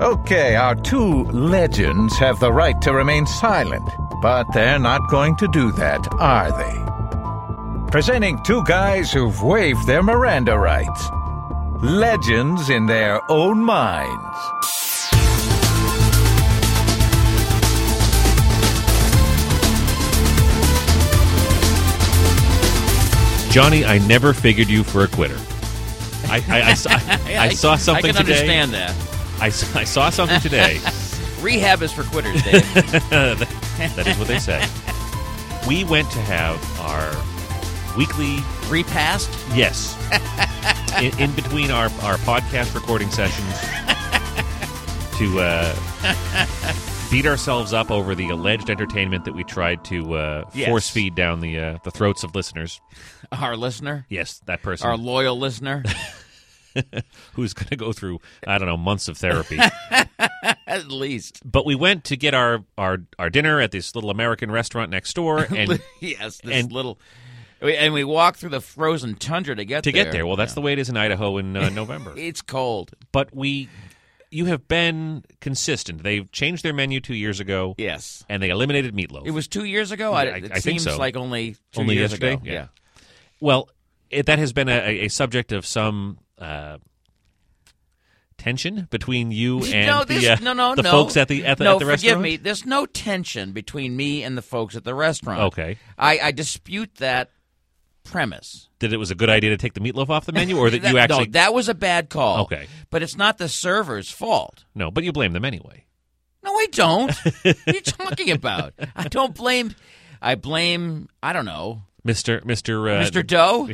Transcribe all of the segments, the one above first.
Okay, our two legends have the right to remain silent, but they're not going to do that, are they? Presenting two guys who've waived their Miranda rights. Legends in their own minds. Johnny, I never figured you for a quitter. I, I, I, saw- I, I saw something I can today. understand that. I, s- I saw something today. Rehab is for quitters, Dave. that is what they say. We went to have our weekly Repast? yes in, in between our, our podcast recording sessions to uh, beat ourselves up over the alleged entertainment that we tried to uh, Yes. force feed down the uh, the throats of listeners. Our listener, Yes, that person our loyal listener, who's going to go through I don't know months of therapy. at least. but we went to get our, our, our dinner at this little American restaurant next door, and yes, this and- little. we- And we walk through the frozen tundra to get to there. get there, well, that's the way it is in Idaho in uh, November. It's cold. But we, you have been consistent. They changed their menu two years ago, Yes. and they eliminated meatloaf. It was two years ago? Yeah, I- it I think seems so. like only two Only years yesterday? ago. Yeah. well, it, that has been a, a subject of some. Uh, Tension between you and no, the this, uh, no, no, the no. folks at the at the, no, at the forgive restaurant. me. There's no tension between me and the folks at the restaurant. Okay. I, I dispute that premise. That it was a good idea to take the meatloaf off the menu, or that, you actually no, that was a bad call. Okay. but it's not the server's fault. no, but you blame them anyway. No, I don't. what are you talking about? I don't blame. I blame. I don't know, Mr. Mr. Uh, Mr. Doe.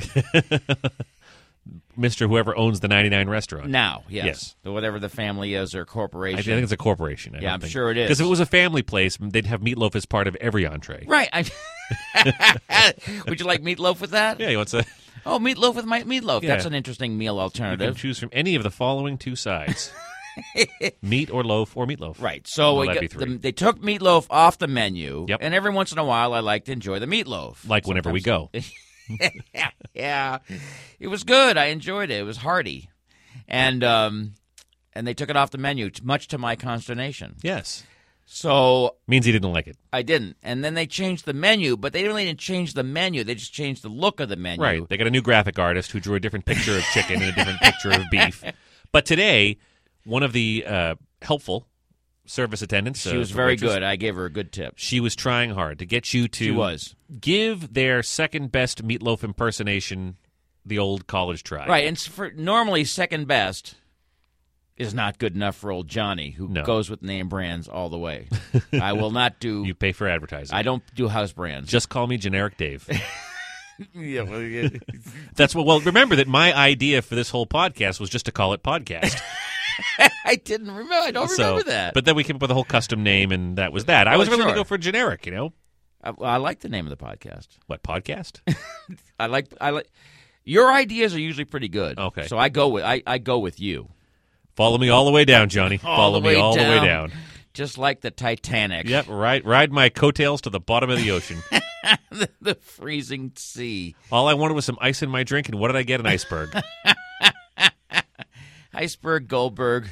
Mr. Whoever owns the 99 restaurant. Now, yes, Yes. The- whatever the family is or I corporation. think it's a corporation. I Yeah, don't I'm think- sure it is. Because if it was a family place, they'd have meatloaf as part of every entree. right. I, would you like meatloaf with that? Yeah, you want to Oh, meatloaf with my meatloaf. Yeah. That's an interesting meal you can alternative. choose from any of the following two sides: meat or loaf or meatloaf. Right. So Well, we that'd got- be three. the- they took meatloaf off the menu. Yep. And every once in a while, I like to enjoy the meatloaf. Like whenever we go. yeah, yeah. It was good. I enjoyed it. It was hearty, and um, and they took it off the menu, t- much to my consternation. Yes, So means he didn't like it. I didn't. And then they changed the menu, but they really didn't change the menu. They just changed the look of the menu. Right. They got a new graphic artist who drew a different picture of chicken and a different picture of beef. But today, one of the uh, helpful service attendants. She uh, was the very waitress, good. I gave her a good tip. She was trying hard to get you to She was give their second best meatloaf impersonation the old college try. right. And s- for normally second best is not good enough for old Johnny, who No. goes with name brands all the way. I will not do. You pay for advertising. I don't do house brands. Just call me generic Dave. Yeah, well, yeah. That's what. Well, remember that my idea for this whole podcast was just to call it podcast. I didn't remember. I don't so, remember that. Oh, But then we came up with a whole custom name, and that was that. I was really sure. going to go for generic. You know I, well, I like the name of the podcast. what? Podcast. I like I like your ideas are usually pretty good. Okay. so I go with I, I go with you. Follow me all the way down, Johnny. Follow the me way all the way down. down. Just like the Titanic, Yep, right. Ride my coattails to the bottom of the ocean. the, the freezing sea. all I wanted was some ice in my drink, and what did I get? An iceberg. Iceberg, Goldberg,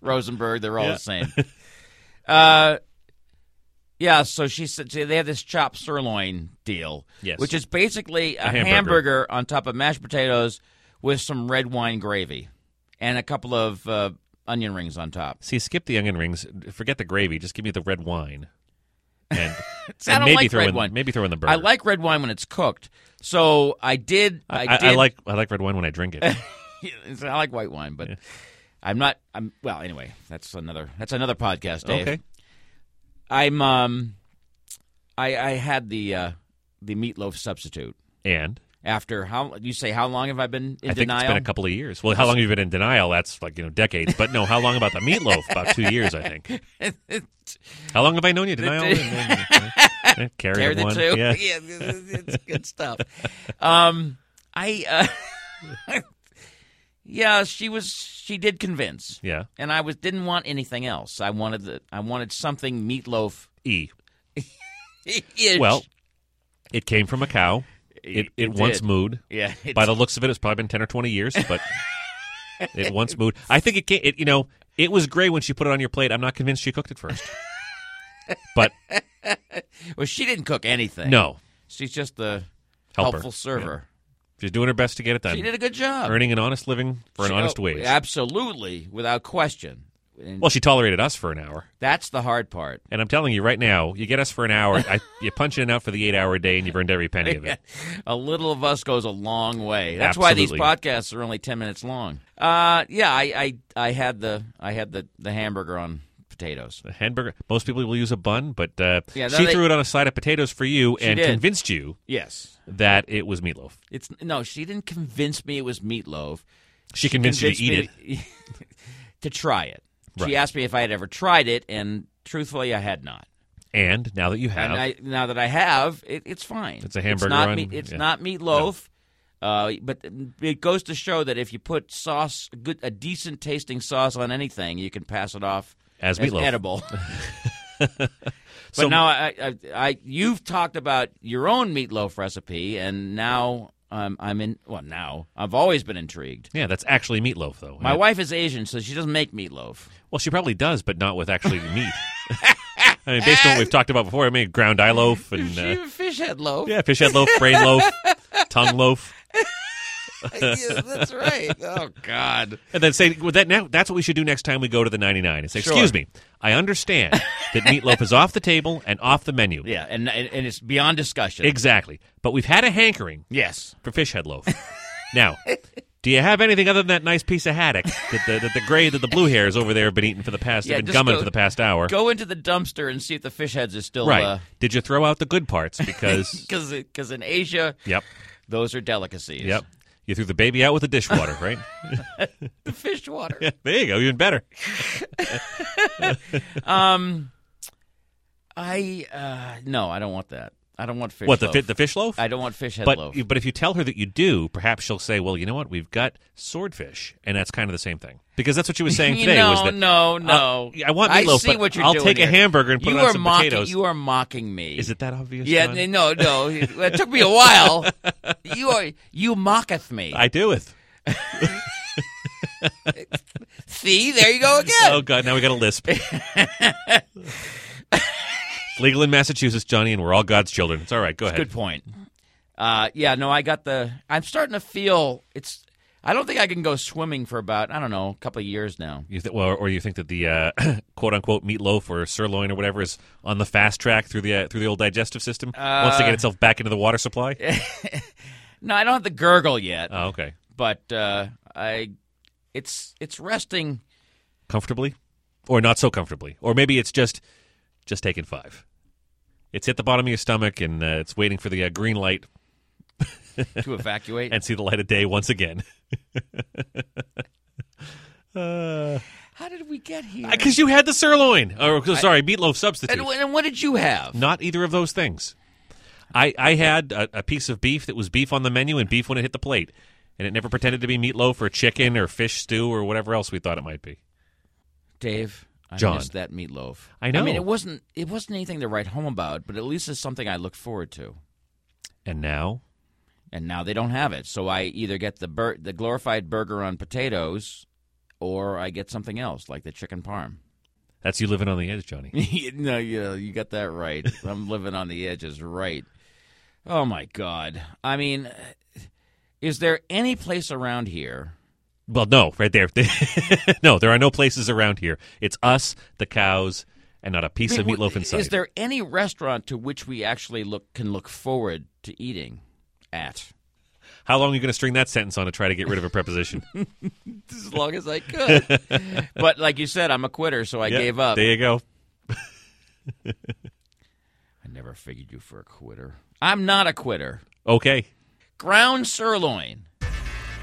Rosenberg, they're all Yeah. the same. Uh, yeah, so she said see, they have this chopped sirloin deal, Yes. which is basically a, hamburger. hamburger on top of mashed potatoes with some red wine gravy and a couple of uh, onion rings on top. See, skip the onion rings. Forget the gravy. Just give me the red wine. And, See, I and don't maybe like throw red in wine. maybe throw in the burger. I like red wine when it's cooked. So I did. I, I, I, did, like I like red wine when I drink it. I like white wine, but I'm not. I'm well. Anyway, that's another. That's another podcast. Dave. okay. I'm. Um. I I had the uh, the meatloaf substitute And after how you say how long have I been in I think denial? it's been a couple of years. Well, how long have you been in denial? That's like you know decades. But no, how long about the meatloaf? About two years, I think. How long have I known you? Denial. Eh, Carry Tear the the one. two. Yeah. it's good stuff. Um. I. Uh, yeah. She was. She did convince. Yeah. and I was didn't want anything else. I wanted the I wanted something meatloaf. E. Well, it came from a cow. It, it, it once did. mooed. yeah, By the looks of it, it's probably been ten or twenty years. But It once moved. I think it, ca- it you know, it was gray when she put it on your plate. I'm not convinced she cooked it first. But Well, she didn't cook anything. no, She's just the Helper. helpful server. she's doing her best to get it done. She did a good job. Earning an honest living for an She- honest oh, wage. Absolutely, without question. And Well, she tolerated us for an hour. that's the hard part. And I'm telling you right now, you get us for an hour, I, you punch in and out for the eight hour day, and you've earned every penny of it. a little of us goes a long way. That's Absolutely. why these podcasts are only ten minutes long. Uh, yeah, I, I, I had the I had the, the hamburger on potatoes. A hamburger. Most people will use a bun, but uh, Yeah, no, she they- threw it on a side of potatoes for you and did. convinced you Yes, that it was meatloaf. it's no. She didn't convince me it was meatloaf. She convinced, you to eat it. me to try it. Right. She asked me if I had ever tried it, and truthfully, I had not. And now that you have, And I, now that I have, it, it's fine. It's a hamburger It's not, on- meat, it's yeah. not meatloaf. Uh, but it goes to show that if you put sauce, a good, a decent tasting sauce on anything, you can pass it off As meatloaf. edible. but So- now I, I, I, you've talked about your own meatloaf recipe, and now um, I'm in. Well, now I've always been intrigued. yeah, that's actually meatloaf though. My And- wife is Asian, so she doesn't make meatloaf. Well, she probably does, but not with actually meat. I mean, based on what we've talked about before, I mean, ground eye loaf and She uh, fish head loaf. yeah, fish head loaf, brain loaf, tongue loaf, Yes, that's right. Oh God. and then say well, that now. That's what we should do next time we go to the ninety nine. And say, Sure. excuse me, I understand that meatloaf is off the table and off the menu. Yeah, and and, and it's beyond discussion. Exactly, but we've had a hankering yes. for fish head loaf. now, do you have anything other than that nice piece of haddock that the, that the gray that the blue hairs over there have been eating for the past, Yeah, have been just gumming go- for the past hour? Go into the dumpster and see if the fish heads are still right? uh Did you throw out the good parts? Because 'cause because in Asia, yep, those are delicacies. yep, you threw the baby out with the dishwater, right? The fish water. there you go, even better. I uh no, I don't want that. I don't want fish. what the loaf. fi- the fish loaf? I don't want fish head but loaf. but if you tell her that you do, perhaps she'll say, "Well, you know what? We've got swordfish, and that's kind of the same thing." Because that's what she was saying You today. know, was that no, no. I want meatloaf, see but what you're I'll doing take a here. hamburger and put you it on are some mocking, potatoes. You are mocking me. is it that obvious? Yeah, John? n- no, no. It took me a while. you are you mocketh me. I do it. See, there you go again. Oh God! Now we got a lisp. Legal in Massachusetts, Johnny, and we're all God's children. It's all right. Go ahead. Good point. Uh, yeah, no, I got the. I'm starting to feel it's. I don't think I can go swimming for about I don't know a couple of years now. You th- well, or you think that the uh, quote unquote meatloaf or sirloin or whatever is on the fast track through the uh, through the old digestive system wants to get itself back into the water supply? No, I don't have the gurgle yet, Oh, okay. but uh, I, it's it's resting. Comfortably, or not so comfortably, or maybe it's just just taking five. It's hit the bottom of your stomach and uh, it's waiting for the uh, green light To evacuate. and see the light of day once again. uh, How did we get here? Because you had the sirloin, or sorry, meatloaf substitute. and, wh- and what did you have? Not either of those things. I I had a, a piece of beef that was beef on the menu and beef when it hit the plate, and it never pretended to be meatloaf or chicken or fish stew or whatever else we thought it might be. Dave, I John. missed that meatloaf. I know. I mean, it wasn't it wasn't anything to write home about, but at least it's something I look forward to. And now, and now they don't have it. So I either get the bur- the glorified burger on potatoes, or I get something else like the chicken parm. that's you living on the edge, Johnny. no, yeah, you got that right. I'm living on the edges, right? Oh my God! I mean, is there any place around here? Well, no, right there. no, there are no places around here. It's us, the cows, and not a piece I of mean, meatloaf w- inside. Is there any restaurant to which we actually look can look forward to eating at? How long are you going to string that sentence on to try to get rid of a preposition? As long as I could. but like you said, I'm a quitter, so I Yeah, gave up. There you go. I never figured you for a quitter. I'm not a quitter. Okay. Ground sirloin.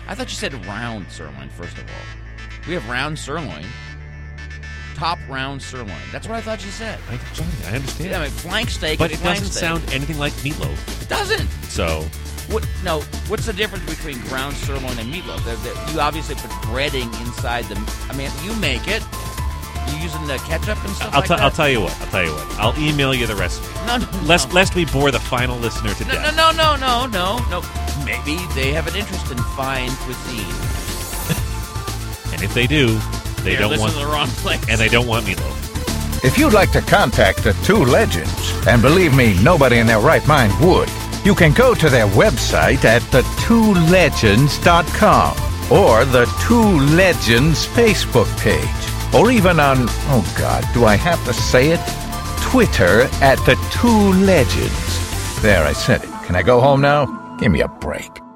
I thought you said round sirloin, first of all. We have round sirloin. Top round sirloin. That's what I thought you said. I, Johnny, I understand. Yeah, I mean, flank steak but is it flank doesn't steak. sound anything like meatloaf. It doesn't. So What, no, what's the difference between ground sirloin and meatloaf? They're, they're- you obviously put breading inside the. I mean, you make it. You using the ketchup and stuff I'll, like tell. that? I'll tell you what. I'll tell you what. I'll email you the recipe. No, no, no. Lest, lest we bore the final listener to No, death. no, no, no, no, no, no. Maybe they have an interest in fine cuisine. And if they do, they They're don't listening want to the wrong place. and they don't want meatloaf. If you'd like to contact the two legends, and believe me, nobody in their right mind would, you can go to their website at thetwolegends.com or the Two Legends Facebook page, or even on, oh God, do I have to say it? Twitter at the Two Legends. There, I said it. Can I go home now? Give me a break.